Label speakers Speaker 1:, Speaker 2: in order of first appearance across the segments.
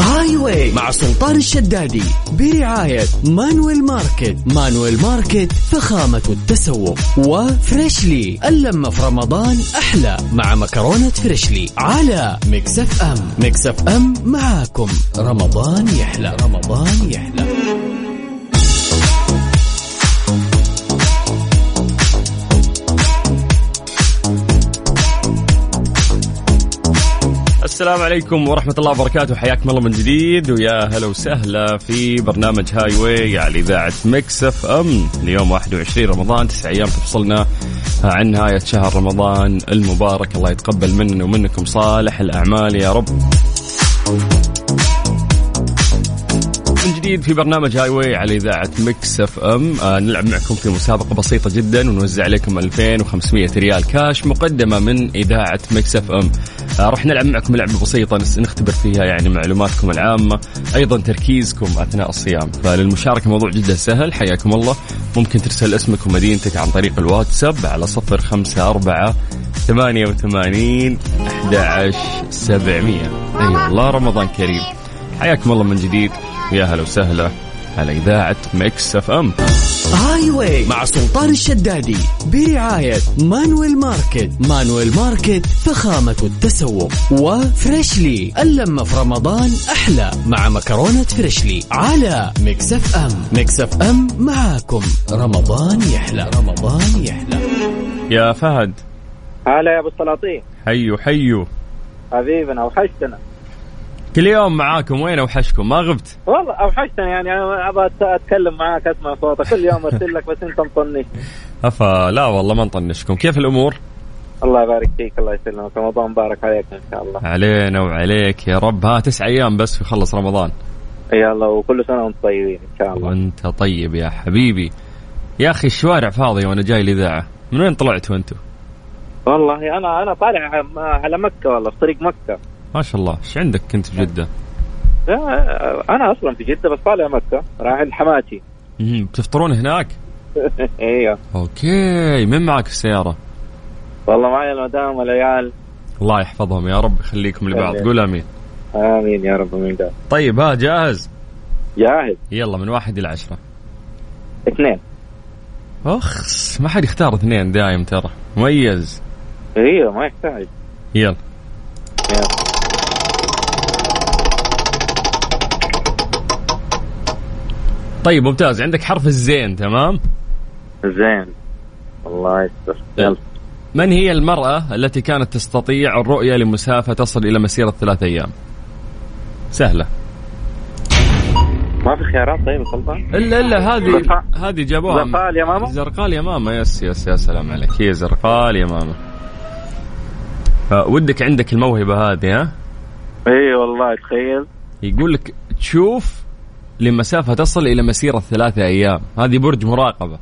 Speaker 1: هاي واي مع سلطان الشدادي برعاية مانويل ماركت مانويل ماركت فخامة التسوق وفريشلي اللمة في رمضان أحلى مع مكرونة فريشلي على مكسف أم مكسف أم معاكم رمضان يحلى رمضان يحلى
Speaker 2: السلام عليكم ورحمة الله وبركاته حياكم الله من جديد ويا هلا وسهلا في برنامج هاي واي على إذاعة مكس اف ام اليوم 21 رمضان تسع أيام تفصلنا عن نهاية شهر رمضان المبارك الله يتقبل مننا ومنكم صالح الأعمال يا رب من جديد في برنامج هاي واي على إذاعة مكس اف ام آه نلعب معكم في مسابقة بسيطة جدا ونوزع عليكم 2500 ريال كاش مقدمة من إذاعة مكس اف ام آه راح نلعب معكم لعبة بسيطة نس- نختبر فيها يعني معلوماتكم العامة أيضا تركيزكم أثناء الصيام فللمشاركة موضوع جدا سهل حياكم الله ممكن ترسل اسمك ومدينتك عن طريق الواتساب على صفر خمسة أربعة ثمانية وثمانين أحد عشر سبعمية أي والله رمضان كريم حياكم الله من جديد ويا هلا وسهلا على إذاعة ميكس اف ام
Speaker 1: هاي واي مع سلطان الشدادي برعاية مانويل ماركت مانويل ماركت فخامة التسوق وفريشلي اللمة في رمضان أحلى مع مكرونة فريشلي على مكسف أم مكسف أم معاكم رمضان يحلى رمضان يحلى
Speaker 2: يا فهد
Speaker 3: هلا يا ابو السلاطين
Speaker 2: حيو حيو
Speaker 3: حبيبنا اوحشتنا
Speaker 2: كل يوم معاكم وين اوحشكم ما غبت
Speaker 3: والله اوحشتنا يعني انا ابغى أت- اتكلم معاك اسمع صوتك كل يوم ارسل لك بس انت مطنش
Speaker 2: افا لا والله ما نطنشكم كيف الامور
Speaker 3: الله يبارك فيك الله يسلمك رمضان مبارك عليك ان شاء الله
Speaker 2: علينا وعليك يا رب ها تسع ايام بس ويخلص رمضان
Speaker 3: يلا وكل سنه وانتم طيبين ان شاء الله
Speaker 2: وانت طيب يا حبيبي يا اخي الشوارع فاضيه وانا جاي الاذاعه من وين طلعتوا انتوا
Speaker 3: والله انا انا طالع على- على مكه والله في طريق مكه
Speaker 2: ما شاء الله ايش عندك كنت في جده
Speaker 3: لا، انا اصلا في جده بس طالع مكه رايح لحماتي
Speaker 2: مهم. بتفطرون هناك
Speaker 3: ايوه
Speaker 2: اوكي من معك في السياره
Speaker 3: والله معي المدام والعيال
Speaker 2: الله يحفظهم يا رب يخليكم لبعض قول امين
Speaker 3: امين يا رب من ده
Speaker 2: طيب ها جاهز
Speaker 3: جاهز
Speaker 2: يلا من واحد إلى عشرة
Speaker 3: اثنين
Speaker 2: أخس ما حد يختار اثنين دايم ترى مميز
Speaker 3: ايوه ما يحتاج
Speaker 2: يلا
Speaker 3: يلا.
Speaker 2: طيب ممتاز عندك حرف الزين تمام
Speaker 3: زين الله يستر يلا
Speaker 2: من هي المرأة التي كانت تستطيع الرؤية لمسافة تصل إلى مسيرة ثلاثة أيام سهلة
Speaker 3: ما في خيارات طيب سلطان
Speaker 2: إلا إلا هذه
Speaker 3: آه، زرقاء.
Speaker 2: هذه جابوها
Speaker 3: زرقال يا ماما؟
Speaker 2: زرقال يا ماما يس يس يا سلام عليك هي زرقال يا ماما آه، ودك عندك الموهبة هذه ها
Speaker 3: اي والله تخيل
Speaker 2: يقول لك تشوف لمسافة تصل إلى مسيرة ثلاثة أيام هذه برج مراقبة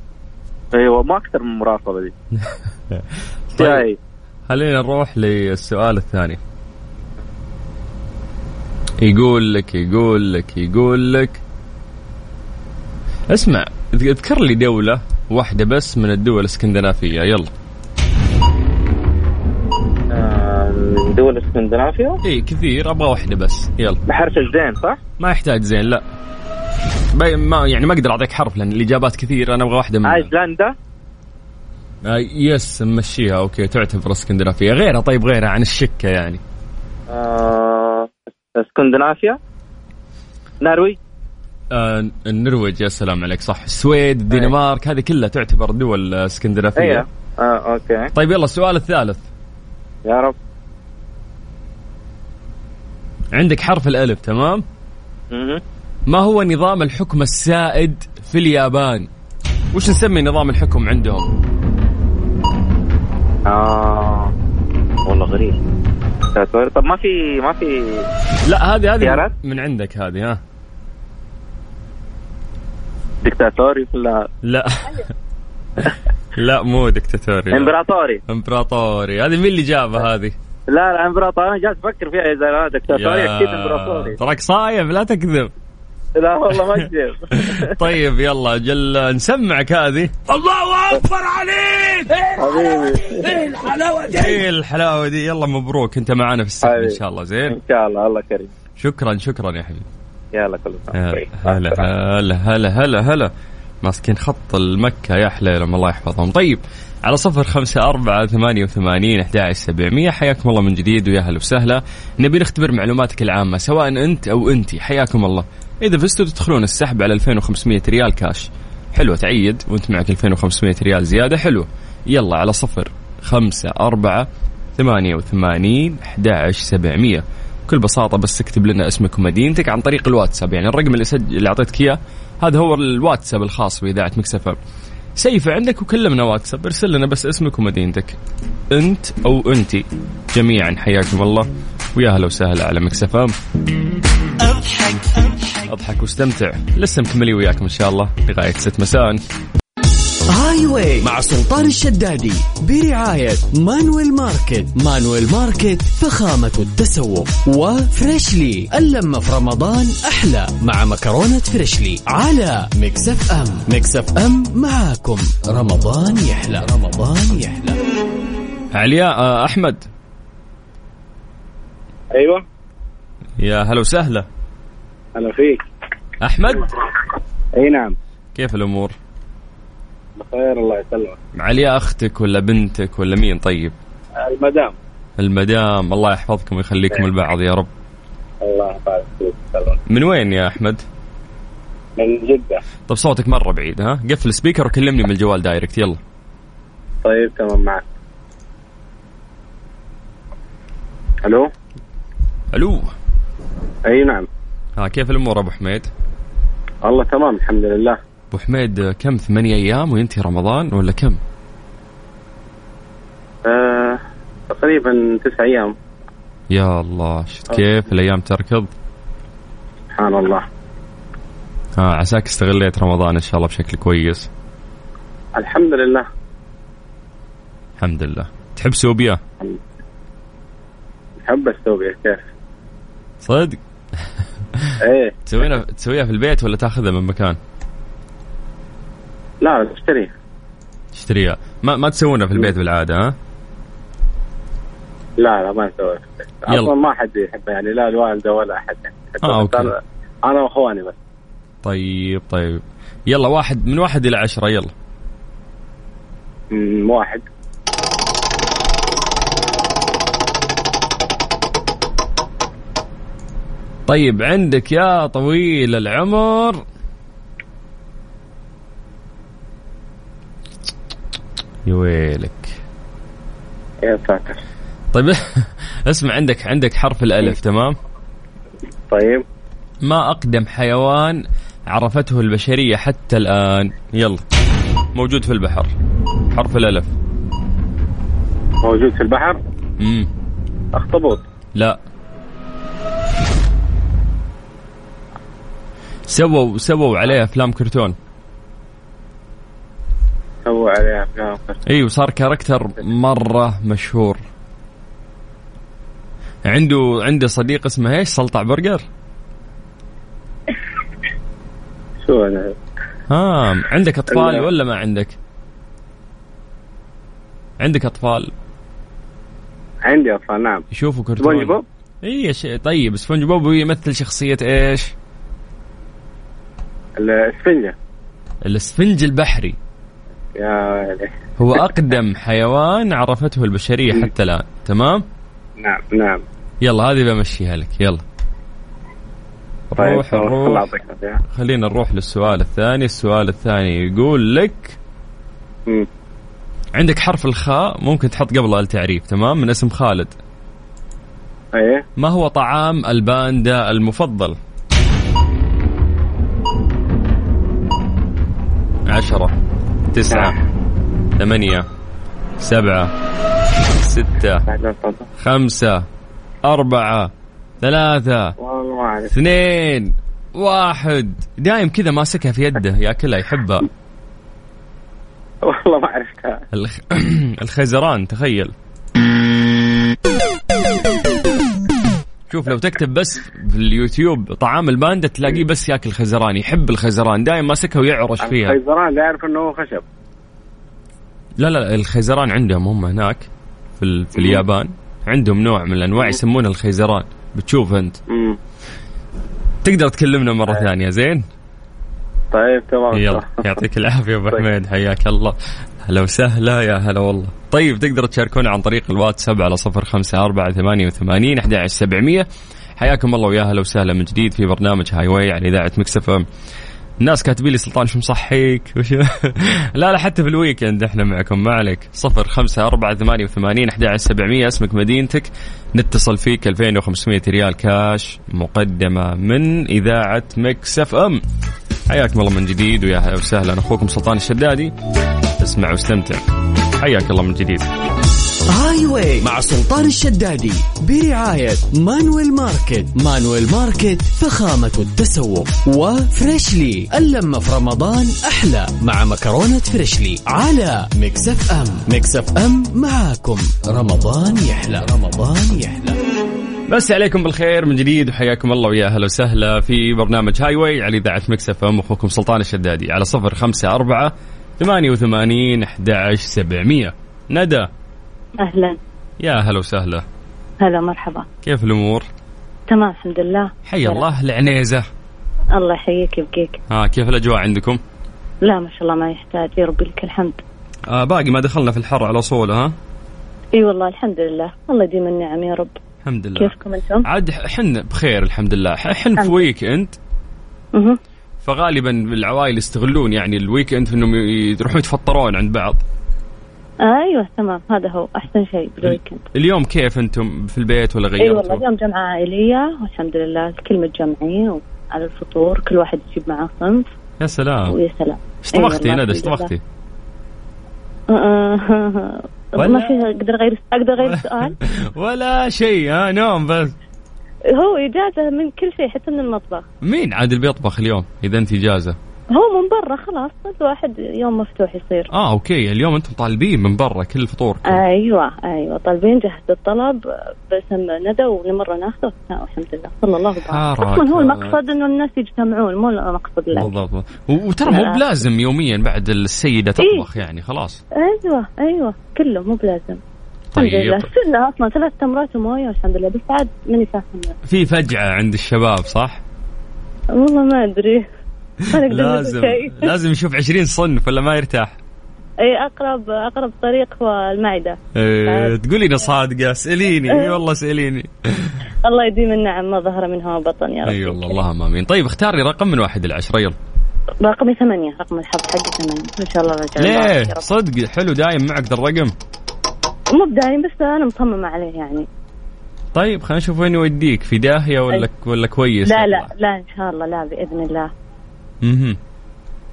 Speaker 3: ايوه ما اكثر من المراقبه دي
Speaker 2: طيب
Speaker 3: طيب
Speaker 2: خلينا نروح للسؤال الثاني يقول لك يقول لك يقول لك اسمع اذكر لي دولة واحدة بس من الدول الاسكندنافية يلا
Speaker 3: آه، من دول اسكندنافيا
Speaker 2: اي إيه، كثير ابغى واحدة بس يلا
Speaker 3: بحرف الزين صح؟
Speaker 2: ما يحتاج زين لا بي- ما يعني ما اقدر اعطيك حرف لان الاجابات كثير انا ابغى واحدة منها
Speaker 3: ايسلندا
Speaker 2: آه، يس مشيها اوكي تعتبر اسكندنافيه غيرها طيب غيرها عن الشكه يعني
Speaker 3: آه، اسكندنافيا نرويج
Speaker 2: آه النرويج يا سلام عليك صح السويد الدنمارك هذه كلها تعتبر دول آه، اسكندنافيه
Speaker 3: ايوه آه، اوكي
Speaker 2: طيب يلا السؤال الثالث
Speaker 3: يا رب
Speaker 2: عندك حرف الالف تمام
Speaker 3: مهم.
Speaker 2: ما هو نظام الحكم السائد في اليابان وش نسمي نظام الحكم عندهم
Speaker 3: آه، والله غريب تعتبر- طب ما في ما في
Speaker 2: لا هذه هذه
Speaker 3: خيارات؟
Speaker 2: من عندك هذه ها
Speaker 3: دكتاتوري ولا
Speaker 2: لا لا مو دكتاتوري لا.
Speaker 3: امبراطوري
Speaker 2: امبراطوري هذه مين اللي جابها هذه
Speaker 3: لا لا امبراطوري انا جالس افكر فيها اذا أنا دكتاتوري اكيد امبراطوري
Speaker 2: تراك صايم لا تكذب
Speaker 3: لا والله ما اكذب
Speaker 2: طيب يلا جل نسمعك هذه الله اكبر عليك
Speaker 3: حبيبي
Speaker 2: إيه، ايه الحلاوه دي يلا مبروك انت معانا في السحب ان شاء الله زين
Speaker 3: ان شاء الله الله كريم
Speaker 2: شكرا شكرا يا حبيبي
Speaker 3: يلا كل سنه
Speaker 2: هلا
Speaker 3: طيب.
Speaker 2: آه، هلا هلا هلا هلا هلا ماسكين خط المكة يا حليلهم الله يحفظهم طيب على صفر خمسة أربعة ثمانية وثمانين أحد سبعمية حياكم الله من جديد ويا هلا وسهلا نبي نختبر معلوماتك العامة سواء أنت أو أنتي حياكم الله إذا فزتوا تدخلون السحب على 2500 ريال كاش حلو تعيد وأنت معك 2500 ريال زيادة حلو يلا على صفر خمسة أربعة ثمانية وثمانين أحد سبعمية بكل بساطة بس تكتب لنا اسمك ومدينتك عن طريق الواتساب يعني الرقم اللي سجل اللي أعطيتك إياه هذا هو الواتساب الخاص بإذاعة مكسفة سيفة عندك وكلمنا واتساب ارسل لنا بس اسمك ومدينتك انت او انتي جميعا حياكم الله ويا هلا وسهلا على مكسفة
Speaker 4: اضحك اضحك
Speaker 2: اضحك واستمتع لسه مكملين وياكم ان شاء الله لغاية ست مساء
Speaker 1: هاي واي مع سلطان الشدادي برعاية مانويل ماركت مانويل ماركت فخامة التسوق وفريشلي اللمة في رمضان أحلى مع مكرونة فريشلي على مكسف أم مكسف أم معاكم رمضان يحلى رمضان يحلى
Speaker 2: علياء آه، احمد
Speaker 3: ايوه
Speaker 2: يا هلا وسهلا
Speaker 3: هلا فيك
Speaker 2: احمد
Speaker 3: اي نعم
Speaker 2: كيف الامور
Speaker 3: بخير الله يسلمك
Speaker 2: علياء اختك ولا بنتك ولا مين طيب
Speaker 3: المدام
Speaker 2: المدام الله يحفظكم ويخليكم البعض يا رب
Speaker 3: الله يبارك فيك يسلمك
Speaker 2: من وين يا احمد
Speaker 3: من جده
Speaker 2: طب صوتك مره بعيد ها قفل السبيكر وكلمني من الجوال دايركت يلا
Speaker 3: طيب تمام معك الو
Speaker 2: الو
Speaker 3: اي نعم
Speaker 2: ها كيف الامور ابو حميد
Speaker 3: الله تمام الحمد لله
Speaker 2: ابو حميد آه، كم ثمانية ايام وينتهي رمضان ولا كم
Speaker 3: آه تقريبا تسع ايام
Speaker 2: يا الله شفت كيف الايام تركض
Speaker 3: سبحان الله
Speaker 2: ها عساك استغليت رمضان ان شاء الله بشكل كويس
Speaker 3: الحمد لله
Speaker 2: الحمد لله تحب سوبيا
Speaker 3: حب السوبيا كيف
Speaker 2: صدق
Speaker 3: ايه
Speaker 2: تسوينا تسويها في البيت ولا تاخذها من مكان
Speaker 3: لا اشتري
Speaker 2: تشتريها ما ما تسوونها في البيت بالعاده ها
Speaker 3: لا لا ما نسوي
Speaker 2: يلا.
Speaker 3: اصلا ما حد يحبه يعني لا الوالده ولا احد يعني. حتى
Speaker 2: آه، أوكي.
Speaker 3: أنا- انا واخواني بس
Speaker 2: طيب طيب يلا واحد من واحد الى عشرة يلا
Speaker 3: أمم، واحد
Speaker 2: طيب عندك يا طويل العمر يا ويلك
Speaker 3: يا ساتر
Speaker 2: طيب اسمع عندك عندك حرف الالف تمام
Speaker 3: طيب
Speaker 2: ما اقدم حيوان عرفته البشريه حتى الان يلا موجود في البحر حرف الالف
Speaker 3: موجود في البحر
Speaker 2: امم
Speaker 3: اخطبوط
Speaker 2: لا سووا سووا عليه افلام كرتون
Speaker 3: سووا عليه افلام كرتون.
Speaker 2: اي وصار كاركتر مره مشهور عنده عنده صديق اسمه ايش سلطع برجر
Speaker 3: شو انا
Speaker 2: ها عندك اطفال
Speaker 3: لا.
Speaker 2: ولا ما عندك عندك اطفال
Speaker 3: عندي اطفال نعم
Speaker 2: يشوفوا
Speaker 3: سبونج
Speaker 2: كرتون
Speaker 3: بوب
Speaker 2: اي يا شيء طيب سبونج بوب يمثل شخصيه ايش
Speaker 3: الاسفنجه
Speaker 2: الاسفنج البحري
Speaker 3: يا إلهي.
Speaker 2: هو اقدم حيوان عرفته البشريه حتى الان تمام
Speaker 3: نعم نعم
Speaker 2: يلا هذه بمشيها لك يلا
Speaker 3: طيب
Speaker 2: روح
Speaker 3: خلاص، الله
Speaker 2: روح
Speaker 3: يعطيك العافيه
Speaker 2: خلينا نروح للسؤال الثاني السؤال الثاني يقول لك
Speaker 3: أمم.
Speaker 2: عندك حرف الخاء ممكن تحط قبله التعريف تمام من اسم خالد
Speaker 3: ايه
Speaker 2: ما هو طعام الباندا المفضل عشرة تسعة ثمانية سبعة ستة
Speaker 3: بعد ما تفضل.
Speaker 2: خمسة أربعة ثلاثة
Speaker 3: والله ما اعرف
Speaker 2: اثنين واحد دايم كذا ماسكها في يده ياكلها يحبها
Speaker 3: والله ما عرفتها
Speaker 2: الخ... الخيزران تخيل شوف لو تكتب بس في اليوتيوب طعام الباندا تلاقيه بس ياكل خيزران يحب الخيزران دايم ماسكها ويعرش فيها
Speaker 3: الخيزران لا يعرف انه هو خشب
Speaker 2: لا لا الخيزران عندهم هم هناك في, ال... في اليابان عندهم نوع من الانواع يسمونه الخيزران بتشوف انت
Speaker 3: أمم.
Speaker 2: تقدر تكلمنا مره ثانيه زين
Speaker 3: طيب تمام
Speaker 2: يلا يعطيك العافيه يا ابو حميد حياك الله هلا وسهلا يا هلا والله طيب تقدر تشاركونا عن طريق الواتساب على صفر خمسة أربعة ثمانية وثمانين أحد سبعمية حياكم الله ويا هلا وسهلا من جديد في برنامج هاي واي على إذاعة مكسف أم الناس كاتبين لي سلطان شو مصحيك وش لا لا حتى في الويكند احنا معكم ما عليك صفر خمسة أربعة ثمانية وثمانين أحد سبعمية اسمك مدينتك نتصل فيك 2500 ريال كاش مقدمة من إذاعة مكسف أم حياكم الله من جديد ويا هلا وسهلا اخوكم سلطان الشدادي اسمع واستمتع حياك الله من جديد
Speaker 1: هاي واي مع سلطان الشدادي برعاية مانويل ماركت مانويل ماركت فخامة التسوق وفريشلي اللمة في رمضان أحلى مع مكرونة فريشلي على مكسف أم مكسف أم معاكم رمضان يحلى رمضان يحلى
Speaker 2: بس عليكم بالخير من جديد وحياكم الله ويا هلا وسهلا في برنامج هاي واي على اذاعه مكسف ام اخوكم سلطان الشدادي على صفر خمسة أربعة ثمانية وثمانين أحد سبعمية ندى
Speaker 5: أهلا
Speaker 2: يا هلا وسهلا
Speaker 5: هلا مرحبا
Speaker 2: كيف الأمور
Speaker 5: تمام الحمد لله
Speaker 2: حيا الله العنيزة
Speaker 5: الله يحييك يبقيك
Speaker 2: ها كيف الأجواء عندكم
Speaker 5: لا ما شاء الله ما يحتاج يا ربي لك الحمد
Speaker 2: آه باقي ما دخلنا في الحر على صولة ها
Speaker 5: اي والله الحمد لله الله يديم النعم يا رب
Speaker 2: الحمد لله
Speaker 5: كيفكم انتم؟
Speaker 2: عاد حن بخير الحمد لله حن في
Speaker 5: الحمد.
Speaker 2: ويكند
Speaker 5: مهم.
Speaker 2: فغالبا العوائل يستغلون يعني الويكند في انهم يروحون يتفطرون عند بعض
Speaker 5: ايوه تمام هذا هو احسن شيء بالويكند
Speaker 2: اليوم كيف انتم في البيت ولا
Speaker 5: اي أيوة والله
Speaker 2: غيرتوا
Speaker 5: اليوم جمعه عائليه والحمد لله الكل متجمعين على الفطور كل واحد يجيب معاه صنف
Speaker 2: يا سلام
Speaker 5: ويا سلام
Speaker 2: ايش طبختي
Speaker 5: أيوة والله
Speaker 2: ندى ايش
Speaker 5: الحمد
Speaker 2: طبختي ولا-
Speaker 5: آه. ما في اقدر اغير اقدر اغير السؤال
Speaker 2: ولا شيء ها نوم بس
Speaker 5: هو اجازه من كل شيء حتى من المطبخ
Speaker 2: مين عاد اللي بيطبخ اليوم اذا انت اجازه
Speaker 5: هو من برا خلاص بس واحد يوم مفتوح يصير
Speaker 2: اه اوكي اليوم انتم طالبين من برا كل الفطور
Speaker 5: ايوه ايوه طالبين جهز الطلب باسم ندى ولمره ناخذه والحمد لله صلى الله عليه
Speaker 2: حركة.
Speaker 5: وسلم اصلا هو المقصد انه الناس يجتمعون مو المقصد لا
Speaker 2: بالضبط و- وترى مو
Speaker 5: لا. إيه.
Speaker 2: بلازم يوميا بعد السيده تطبخ يعني خلاص
Speaker 5: ايوه ايوه كله مو بلازم الحمد لله
Speaker 2: طيب
Speaker 5: صرنا اصلا ثلاث تمرات ومويه والحمد لله بس عاد ماني فاهم
Speaker 2: في فجعه عند الشباب صح؟
Speaker 5: والله ما ادري ما نقدر نقول
Speaker 2: لازم
Speaker 5: شيء.
Speaker 2: لازم يشوف 20 صنف ولا ما يرتاح
Speaker 5: اي اقرب اقرب طريق هو المعده
Speaker 2: إيه،
Speaker 5: آه.
Speaker 2: تقولي انا صادقه اساليني اي والله اساليني
Speaker 5: الله يديم النعم ما ظهر منها وبطن يا رب
Speaker 2: اي أيوة، والله اللهم امين طيب اختاري رقم من واحد الى عشره يلا
Speaker 5: رقمي ثمانية رقم الحظ حقي ثمانية ان شاء الله رجع الله يا
Speaker 2: ليه
Speaker 5: رب.
Speaker 2: صدق حلو دايم معك ذا الرقم
Speaker 5: مو بدايم بس انا مصممة عليه يعني
Speaker 2: طيب خلينا نشوف وين يوديك في داهيه ولا ولا كويس
Speaker 5: طيب. لا لا
Speaker 2: يطلع.
Speaker 5: لا ان شاء الله لا باذن الله
Speaker 2: مهم.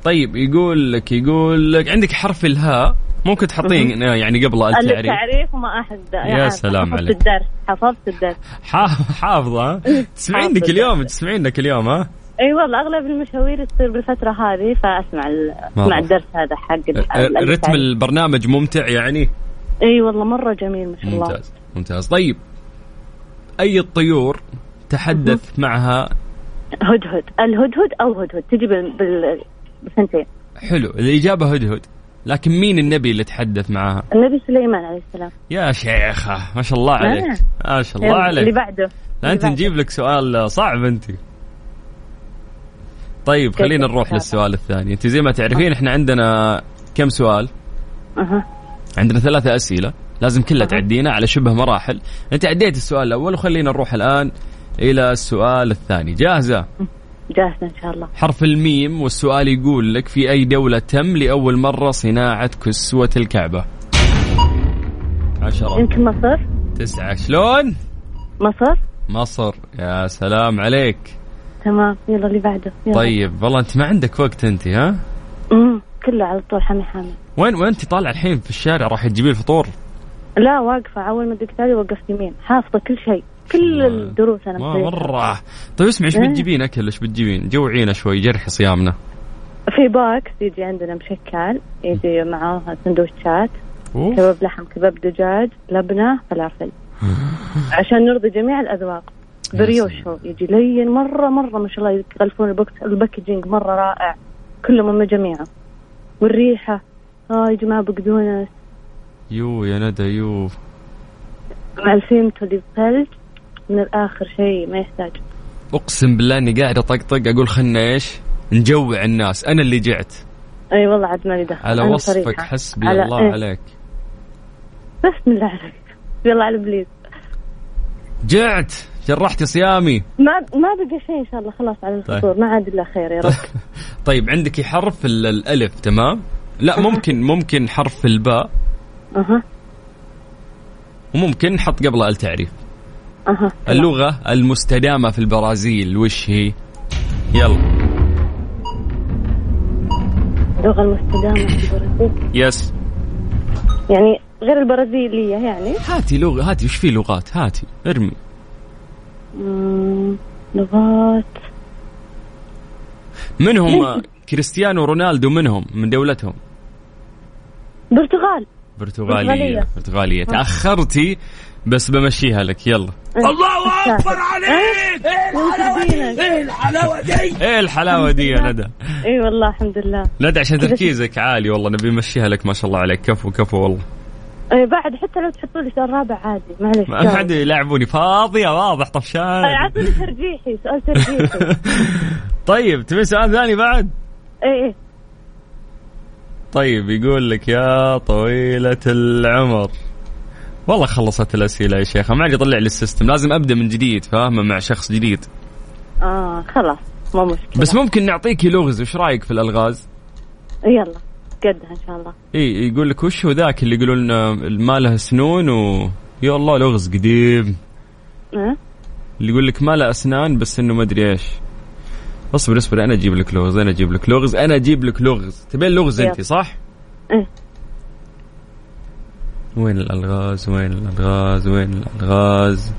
Speaker 2: طيب يقول لك يقول لك عندك حرف الهاء ممكن تحطين يعني قبل التعريف
Speaker 5: التعريف وما احد
Speaker 2: يا سلام
Speaker 5: حفظت
Speaker 2: عليك.
Speaker 5: الدرس حفظت الدرس
Speaker 2: حاف- حافظه ها؟ تسمعين لك
Speaker 5: حافظة.
Speaker 2: اليوم تسمعين لك اليوم ها
Speaker 5: اي والله اغلب المشاوير تصير بالفترة هذه فاسمع ال-
Speaker 2: مرة.
Speaker 5: اسمع الدرس هذا حق ال- ال-
Speaker 2: أه، رتم
Speaker 5: التعريف.
Speaker 2: البرنامج ممتع يعني
Speaker 5: اي والله مرة جميل ما شاء الله
Speaker 2: ممتاز ممتاز طيب اي الطيور تحدث معها
Speaker 5: هدهد الهدهد او هدهد تجي بال بال- بالثنتين
Speaker 2: حلو الاجابه هدهد لكن مين النبي اللي تحدث معها
Speaker 5: النبي سليمان عليه السلام
Speaker 2: يا شيخه ما شاء الله عليك ما شاء الله
Speaker 5: آه. يلا، اللي
Speaker 2: عليك
Speaker 5: بعده
Speaker 2: لا انت
Speaker 5: اللي
Speaker 2: نجيب لك سؤال صعب انت طيب خلينا نروح
Speaker 5: هذا.
Speaker 2: للسؤال الثاني انت زي ما تعرفين احنا عندنا كم سؤال
Speaker 5: أها.
Speaker 2: عندنا ثلاثة أسئلة لازم كلها تعدينا على شبه مراحل أنت عديت السؤال الأول وخلينا نروح الآن إلى السؤال الثاني جاهزة
Speaker 5: جاهزة ان شاء الله
Speaker 2: حرف الميم والسؤال يقول لك في أي دولة تم لأول مرة صناعة كسوة الكعبة عشرة
Speaker 5: يمكن مصر
Speaker 2: تسعة شلون
Speaker 5: مصر
Speaker 2: مصر يا سلام عليك
Speaker 5: تمام يلا اللي بعده يلا.
Speaker 2: طيب والله أنت ما عندك وقت أنت ها
Speaker 5: امم كله على طول حمي حمي
Speaker 2: وين وين أنت طالعة الحين في الشارع راح تجيبي الفطور
Speaker 5: لا واقفة أول ما دقت علي وقفت يمين حافظة كل شيء كل الدروس أنا
Speaker 2: ما
Speaker 5: مسويتها.
Speaker 2: مرة طيب اسمع ايش
Speaker 5: إيه.
Speaker 2: بتجيبين أكل ايش بتجيبين جوعينا شوي جرح صيامنا
Speaker 5: في باكس يجي عندنا مشكل يجي معاه سندوتشات
Speaker 2: أوه.
Speaker 5: كباب لحم كباب دجاج لبنة فلافل عشان نرضي جميع الأذواق بريوش هو يجي لين مرة مرة ما شاء الله يغلفون البوكس الباكجينج مرة رائع كله من جميعه والريحة اه يجي معاه بقدونس
Speaker 2: يو يا ندى يو
Speaker 5: مع الفيمتو اللي بثلج من الآخر شيء ما يحتاج
Speaker 2: اقسم بالله اني قاعد اطقطق اقول خلنا ايش نجوع الناس انا اللي جعت
Speaker 5: اي والله عاد ما لي دخل
Speaker 2: على
Speaker 5: أنا
Speaker 2: وصفك
Speaker 5: صريحة.
Speaker 2: حسبي
Speaker 5: على-
Speaker 2: الله
Speaker 5: إيه،
Speaker 2: عليك
Speaker 5: بسم الله عليك بسم الله على ابليس
Speaker 2: جعت جرحت صيامي
Speaker 5: ما ما بقى شيء ان شاء الله خلاص على الفطور ما عاد الا خير يا رب
Speaker 2: طيب عندك حرف ال- الالف تمام لا ممكن ممكن حرف الباء
Speaker 5: اها
Speaker 2: وممكن نحط قبله التعريف
Speaker 5: اها
Speaker 2: اللغة المستدامة في البرازيل وش هي يلا
Speaker 5: اللغه المستدامه في البرازيل
Speaker 2: يس
Speaker 5: يعني غير البرازيليه يعني
Speaker 2: هاتي لغة هاتي وش في لغات هاتي ارمي
Speaker 5: مم، لغات
Speaker 2: منهم آه، كريستيانو رونالدو منهم من دولتهم
Speaker 5: برتغال
Speaker 2: برتغالية
Speaker 5: برتغالية.
Speaker 2: برتغالية تأخرتي بس بمشيها لك يلا
Speaker 5: إيه. الله اكبر عليك ايه
Speaker 2: ايه الحلاوة دي يا ندى
Speaker 5: اي إيه، والله الحمد لله
Speaker 2: ندى عشان تركيزك عالي والله نبي نمشيها لك ما شاء الله عليك كفو كفو والله
Speaker 5: اي إيه، بعد حتى لو تحطوا لي سؤال رابع عادي معليش
Speaker 2: ما حد يلعبوني فاضية واضح طفشان
Speaker 5: اعطوني ترجيحي سؤال ترجيحي
Speaker 2: طيب تبي سؤال ثاني بعد
Speaker 5: اي اي
Speaker 2: طيب يقول لك يا طويلة العمر والله خلصت الأسئلة يا شيخ ما عاد يطلع لي السيستم لازم أبدأ من جديد فاهمة مع شخص جديد
Speaker 5: اه خلاص ما مشكله
Speaker 2: بس ممكن نعطيكي لغز وش رايك في الألغاز
Speaker 5: يلا قدها ان شاء الله
Speaker 2: اي يقول لك وش هو ذاك اللي يقولون آه، ما له سنون و يا الله لغز قديم
Speaker 5: أه؟
Speaker 2: اللي يقول لك ما له اسنان بس انه ما ادري ايش اصبر اصبر انا اجيب لك لغز انا اجيب لك لغز انا اجيب لك لغز تبين لغز
Speaker 5: يلا.
Speaker 2: انت صح؟
Speaker 5: إيه.
Speaker 2: وين الالغاز وين الالغاز وين الالغاز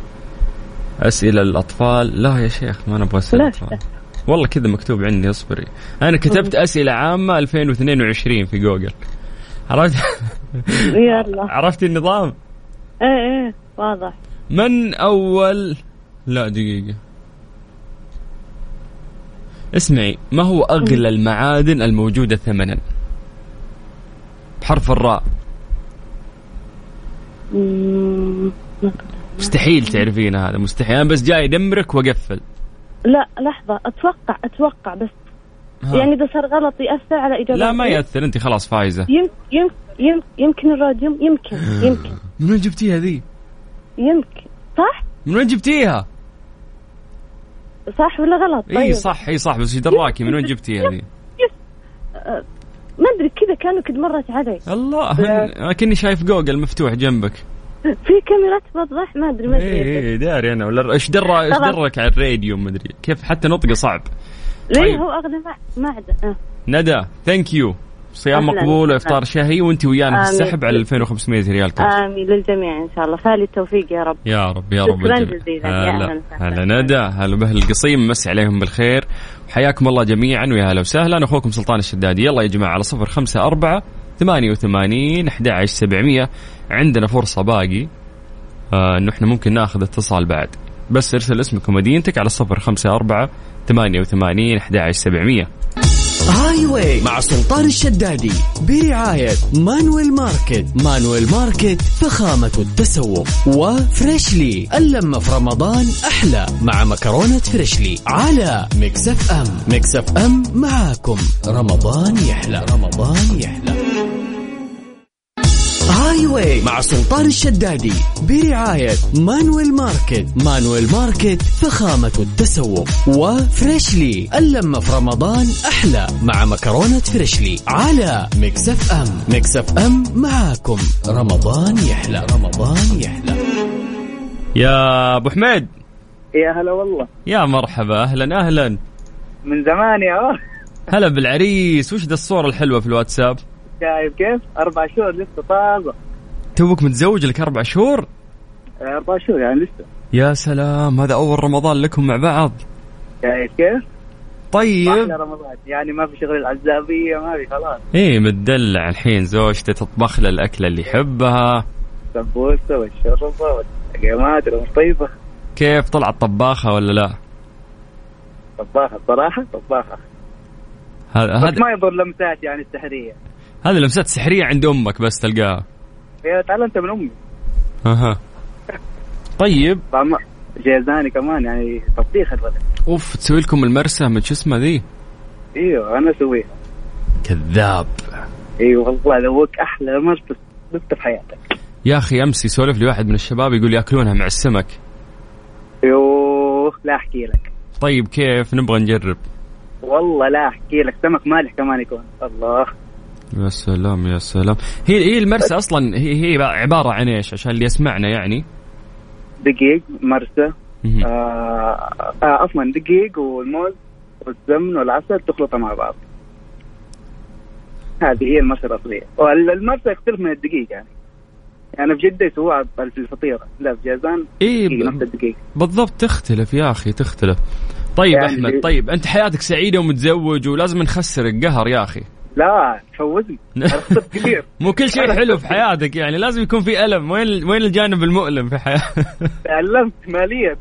Speaker 2: اسئله للاطفال لا يا شيخ ما نبغى اسئله
Speaker 5: لا.
Speaker 2: الاطفال والله كذا مكتوب عندي اصبري انا كتبت اسئله عامه 2022 في جوجل عرفت
Speaker 5: يلا
Speaker 2: عرفت النظام
Speaker 5: ايه ايه واضح
Speaker 2: من أول لا دقيقة اسمعي ما هو أغلى المعادن الموجودة ثمنا بحرف الراء
Speaker 5: مم.
Speaker 2: مستحيل تعرفين هذا مستحيل أنا بس جاي أدمرك وأقفل
Speaker 5: لا لحظة أتوقع أتوقع بس
Speaker 2: ها.
Speaker 5: يعني إذا صار غلط يأثر على إجابتي
Speaker 2: لا ما يأثر أنت خلاص فايزة
Speaker 5: يمكن يمكن يمكن الراديوم يمكن
Speaker 2: آه.
Speaker 5: يمكن
Speaker 2: من وين جبتيها ذي؟
Speaker 5: يمكن صح
Speaker 2: من وين جبتيها؟
Speaker 5: صح ولا غلط طيب
Speaker 2: اي إيه، صح اي صح بس ايش دراكي من وين جبتيها ذي؟
Speaker 5: ما أدري كذا كانوا قد مرت علي
Speaker 2: الله أنا كني شايف جوجل مفتوح جنبك
Speaker 5: في كاميرات بتوضح ما أدري ما أدري
Speaker 2: اي اي داري انا ولا ايش درى ايش
Speaker 5: خلاص.
Speaker 2: درك على الراديو مدري كيف حتى نطقه صعب طيب.
Speaker 5: ليه هو أغلى ما ما عدا آه.
Speaker 2: ندى ثانك يو صيام
Speaker 5: أهلاً.
Speaker 2: مقبول وافطار شهي وانت ويانا في
Speaker 5: آمين. آه.
Speaker 2: السحب على 2500 ريال كاش
Speaker 5: آمين للجميع إن شاء الله فالي التوفيق يا رب
Speaker 2: يا رب يا رب
Speaker 5: شكراً
Speaker 2: أجل.
Speaker 5: جزيلاً. يا
Speaker 2: هلا
Speaker 5: أهلاً
Speaker 2: هلا
Speaker 5: وسهلاً.
Speaker 2: ندى هلا باهل القصيم مسي عليهم بالخير وحياكم الله جميعا ويا هلا وسهلا اخوكم سلطان الشدادي يلا يا جماعه على صفر خمسة أربعة ثمانية وثمانين أحد عشر سبعمية عندنا فرصة باقي آه إنه إحنا ممكن ناخذ اتصال بعد بس ارسل اسمك ومدينتك على صفر خمسة أربعة ثمانية وثمانين أحد عشر سبعمية
Speaker 1: هاي واي مع سلطان الشدادي برعاية مانويل ماركت مانويل ماركت فخامة التسوق وفريشلي اللمة في رمضان أحلى مع مكرونة فريشلي على مكسف أم مكسف أم معاكم رمضان يحلى رمضان يحلى هاي واي مع سلطان الشدادي برعاية مانويل ماركت مانويل ماركت فخامة التسوق وفريشلي اللمة في رمضان أحلى مع مكرونة فريشلي على مكسف أم مكسف أم معاكم رمضان يحلى رمضان يحلى
Speaker 2: يا أبو حميد
Speaker 3: يا هلا والله
Speaker 2: يا مرحبا اهلا اهلا
Speaker 3: من زمان يا
Speaker 2: هلا بالعريس وش ذا الصورة الحلوة في الواتساب
Speaker 3: شايف كيف؟ أربع شهور لسه طازة
Speaker 2: توك متزوج لك أربع شهور
Speaker 3: أربع شهور يعني لسه
Speaker 2: يا سلام هذا أول رمضان لكم مع بعض
Speaker 3: شايف كيف؟ أحلى
Speaker 2: طيب
Speaker 3: رمضان يعني ما في شغل العزابية ما في خلاص
Speaker 2: ايه متدلع الحين زوجته تطبخ له الأكلة اللي يحبها
Speaker 3: السمبوسة والشربة والقيمات والطيبة
Speaker 2: كيف طلعت طباخة ولا لا
Speaker 3: طباخة الصراحة طباخة
Speaker 2: هذا
Speaker 3: بس
Speaker 2: هذا
Speaker 3: ما يضر لمسات يعني السحرية
Speaker 2: هذه لمسات سحرية عند أمك بس تلقاها
Speaker 3: هي تعلمتها من أمي
Speaker 2: أها طيب
Speaker 3: طعم جيزاني كمان يعني تطبيخ الولد
Speaker 2: اوف تسوي لكم المرسى من شو اسمه ذي
Speaker 3: ايوه انا اسويها
Speaker 2: كذاب
Speaker 3: ايوه والله ذوق احلى مرسى ذقته في حياتك
Speaker 2: يا اخي امس يسولف لي واحد من الشباب يقول ياكلونها مع السمك
Speaker 3: يوه أيوه، لا احكي لك
Speaker 2: طيب كيف نبغى نجرب
Speaker 3: والله لا احكي لك سمك مالح كمان يكون الله
Speaker 2: يا سلام يا سلام هي هي المرسى اصلا هي هي عباره عن ايش عشان اللي يسمعنا يعني
Speaker 3: دقيق مرسى
Speaker 2: مهم.
Speaker 3: آه آه، عفوا دقيق والموز والسمن والعسل تخلطها مع بعض هذه هي المرسى الأصلية والمرسى يختلف من الدقيق يعني يعني في جدة يسووها في الفطيرة لا في جازان
Speaker 2: اي
Speaker 3: دقيق نفس
Speaker 2: إيه، ب-
Speaker 3: الدقيق
Speaker 2: بالضبط تختلف يا اخي تختلف طيب
Speaker 3: يعني-
Speaker 2: احمد طيب انت حياتك سعيده ومتزوج ولازم نخسرك قهر يا اخي
Speaker 3: لا تفوزني أنا خسرت كثير
Speaker 2: مو كل شيء حلو في حياتك يعني لازم يكون في الم وين وين الجانب المؤلم في حياتك
Speaker 3: تعلمت ماليا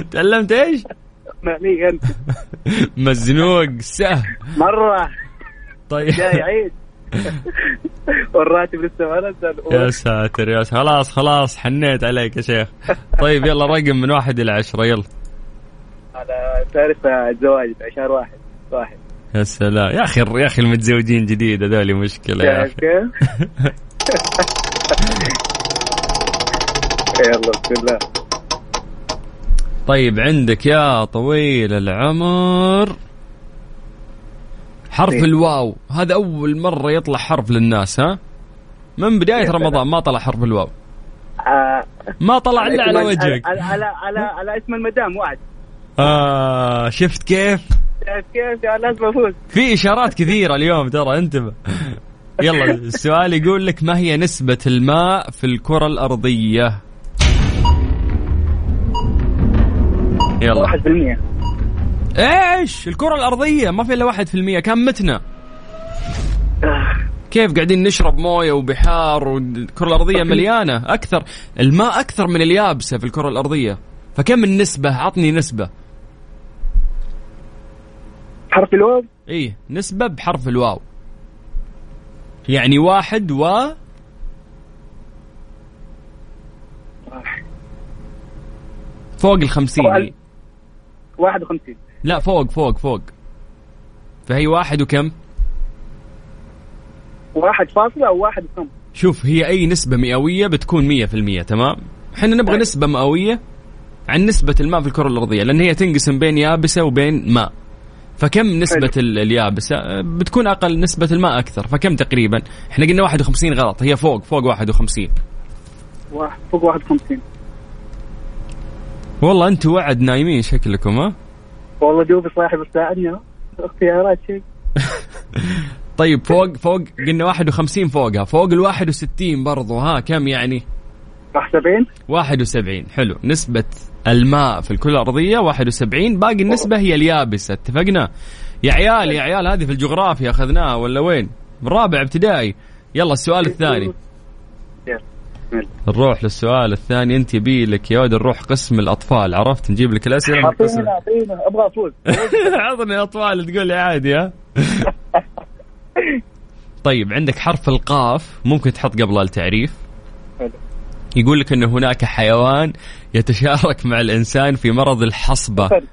Speaker 2: تعلمت ايش
Speaker 3: ماليا
Speaker 2: مزنوق سهم
Speaker 3: مرة
Speaker 2: طيب
Speaker 3: جاي عيد والراتب لسه ما نزل
Speaker 2: يا ساتر يا ساتر خلاص خلاص حنيت عليك يا شيخ طيب يلا رقم من واحد الى عشره يلا
Speaker 3: على تعرف الزواج عشر واحد واحد
Speaker 2: يا سلام يا اخي يا اخي المتزوجين جديد هذول مشكله يا اخي
Speaker 3: كيف؟ يلا بسم الله
Speaker 2: طيب عندك يا طويل العمر حرف
Speaker 3: إيه.
Speaker 2: الواو هذا اول مره يطلع حرف للناس ها من بدايه رمضان ما طلع حرف الواو
Speaker 3: آه،
Speaker 2: ما طلع الا على
Speaker 3: اسم-
Speaker 2: وجهك
Speaker 3: على على على, على اسم المدام وعد
Speaker 2: آه شفت كيف
Speaker 3: تعرف كيف يعني لازم افوز
Speaker 2: في اشارات كثيره اليوم ترى انتبه يلا السؤال يقول لك ما هي نسبة الماء في الكرة الأرضية؟ يلا
Speaker 3: 1%
Speaker 2: ايش؟ الكرة الأرضية ما في إلا واحد في المية كم متنا؟ كيف قاعدين نشرب مويه وبحار والكرة الأرضية مليانة أكثر الماء أكثر من اليابسة في الكرة الأرضية فكم النسبة؟ عطني نسبة
Speaker 3: حرف الواو
Speaker 2: ايه نسبة بحرف الواو يعني واحد و فوق الخمسين
Speaker 3: وال-
Speaker 2: إيه.
Speaker 3: 51
Speaker 2: لا فوق فوق فوق فهي واحد وكم
Speaker 3: واحد فاصلة أو واحد وكم
Speaker 2: شوف هي أي نسبة مئوية بتكون مية في المية تمام احنا نبغى
Speaker 3: طيب.
Speaker 2: نسبة مئوية عن نسبة الماء في الكرة الأرضية لأن هي تنقسم بين يابسة وبين ماء فكم نسبة ال- اليابسة أه، بتكون أقل نسبة الماء أكثر فكم تقريبا احنا قلنا 51 غلط هي فوق فوق 51
Speaker 3: واحد فوق 51
Speaker 2: والله أنتوا وعد نايمين شكلكم ها
Speaker 3: والله دوبي صاحب الساعدني ها. اختيارات شيء
Speaker 2: طيب فوق فوق قلنا 51 فوقها فوق ال 61 برضو ها كم يعني
Speaker 3: راح 70
Speaker 2: 71 حلو نسبة الماء في الكرة الأرضية 71 باقي النسبة هي اليابسة اتفقنا يا عيال يا عيال هذه في الجغرافيا أخذناها ولا وين رابع ابتدائي يلا السؤال الثاني نروح للسؤال الثاني انت بيلك يا ولد نروح قسم الاطفال عرفت نجيب لك الاسئله من قسم
Speaker 3: اعطينا اعطينا ابغى افوز
Speaker 2: عطني اطفال تقول لي عادي ها طيب عندك حرف القاف ممكن تحط قبله التعريف
Speaker 3: حلو.
Speaker 2: يقول لك ان هناك حيوان يتشارك مع الانسان في مرض الحصبه
Speaker 3: القرد.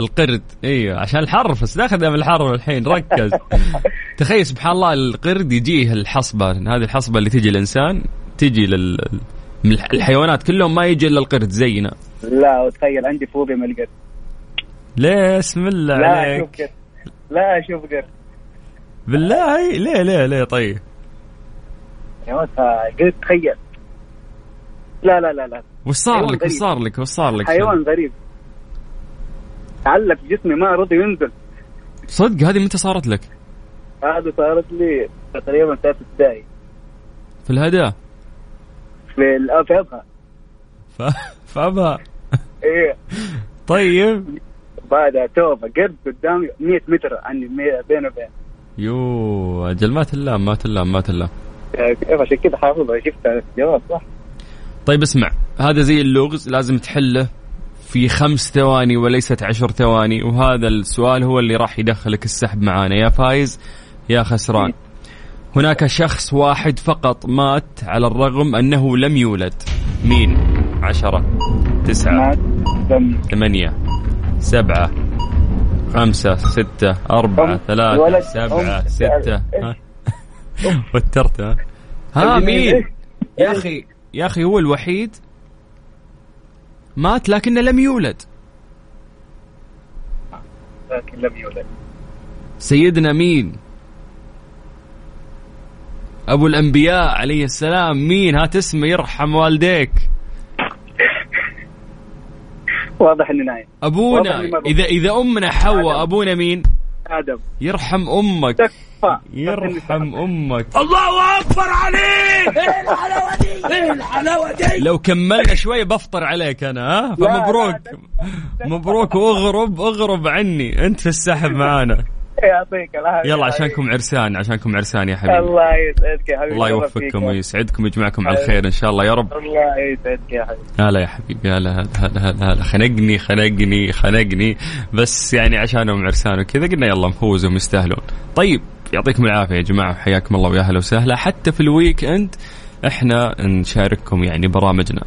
Speaker 2: القرد ايوه عشان الحرف استخدم الحرف الحين ركز تخيل سبحان الله القرد يجيه الحصبه هذه الحصبه اللي تجي الانسان تجي لل من الحيوانات كلهم ما يجي الا القرد زينا
Speaker 3: لا وتخيل عندي فوبيا من القرد
Speaker 2: ليه اسم الله
Speaker 3: لا اشوف
Speaker 2: عليك
Speaker 3: قرد لا اشوف قرد
Speaker 2: بالله ليه ليه ليه طيب
Speaker 3: يا ولد قلت تخيل لا لا لا لا
Speaker 2: وش صار
Speaker 3: حيوان
Speaker 2: لك وش
Speaker 3: غريب.
Speaker 2: صار لك وش صار لك
Speaker 3: حيوان غريب تعلق جسمي ما رضي ينزل
Speaker 2: صدق هذه متى صارت لك
Speaker 3: هذا صارت لي تقريبا ثلاث ابتدائي
Speaker 2: في الهداء
Speaker 3: في ال- في ابها
Speaker 2: ف... فابها
Speaker 3: ايه
Speaker 2: طيب
Speaker 3: بعدها توفى قرد قدامي 100 متر عني مي- بينه وبين
Speaker 2: يو اجل ما تلام ما تلام ما تلام
Speaker 3: كيف إيه، عشان كذا حافظها شفت الجواب صح
Speaker 2: طيب اسمع هذا زي اللغز لازم تحله في خمس ثواني وليست عشر ثواني وهذا السؤال هو اللي راح يدخلك السحب معانا يا فايز يا خسران هناك شخص واحد فقط مات على الرغم أنه لم يولد مين عشرة تسعة
Speaker 3: ما تم.
Speaker 2: ثمانية سبعة خمسة ستة أربعة
Speaker 3: أم،
Speaker 2: ثلاثة
Speaker 3: ولد،
Speaker 2: سبعة
Speaker 3: أم،
Speaker 2: ستة
Speaker 3: تعال.
Speaker 2: ها؟ وترت ها ها
Speaker 3: الجميل.
Speaker 2: مين يا أخي يا أخي هو الوحيد مات لكنه لم يولد
Speaker 3: لكن لم يولد
Speaker 2: سيدنا مين أبو الأنبياء عليه السلام مين هات اسمه يرحم والديك
Speaker 3: واضح اني نايم
Speaker 2: أبونا
Speaker 3: والله إني ما بقول.
Speaker 2: إذا إذا أمنا حواء أبونا مين
Speaker 3: ادم
Speaker 2: يرحم أمك
Speaker 3: تكفى
Speaker 2: يرحم امك الله اكبر عليك ايه الحلاوه دي ايه الحلاوه دي لو كملنا شوي بفطر عليك انا ها
Speaker 3: لا،
Speaker 2: فمبروك
Speaker 3: لا،
Speaker 2: مبروك واغرب اغرب عني انت في السحب معانا
Speaker 3: إيه، يعطيك العافيه
Speaker 2: يلا عشانكم عرسان عشانكم عرسان يا حبيبي
Speaker 3: الله يسعدك يا حبيبي
Speaker 2: الله
Speaker 3: شرف فيك.
Speaker 2: يوفقكم ويسعدكم ويجمعكم على الخير ان شاء الله يا رب
Speaker 3: الله يسعدك يا حبيبي
Speaker 2: هلا يا حبيبي هلا هلا هلا هلا هلا خنقني خنقني خنقني بس يعني عشانهم عرسان وكذا قلنا يلا نفوزهم يستاهلون طيب يعطيكم العافيه يا جماعه وحياكم الله ويا اهلا وسهلا حتى في الويك اند احنا نشارككم يعني برامجنا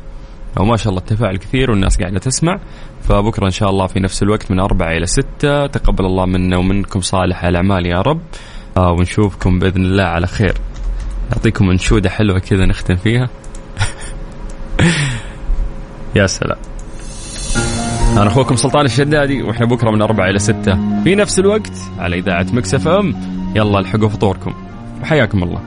Speaker 2: وما شاء الله التفاعل كثير والناس قاعده تسمع فبكره ان شاء الله في نفس الوقت من أربعة الى ستة تقبل الله منا ومنكم صالح الاعمال يا رب آه ونشوفكم باذن الله على خير اعطيكم انشوده حلوه كذا نختم فيها يا سلام أنا أخوكم سلطان الشدادي وإحنا بكرة من أربعة إلى ستة في نفس الوقت على إذاعة مكسف أم يلا الحقوا فطوركم وحياكم الله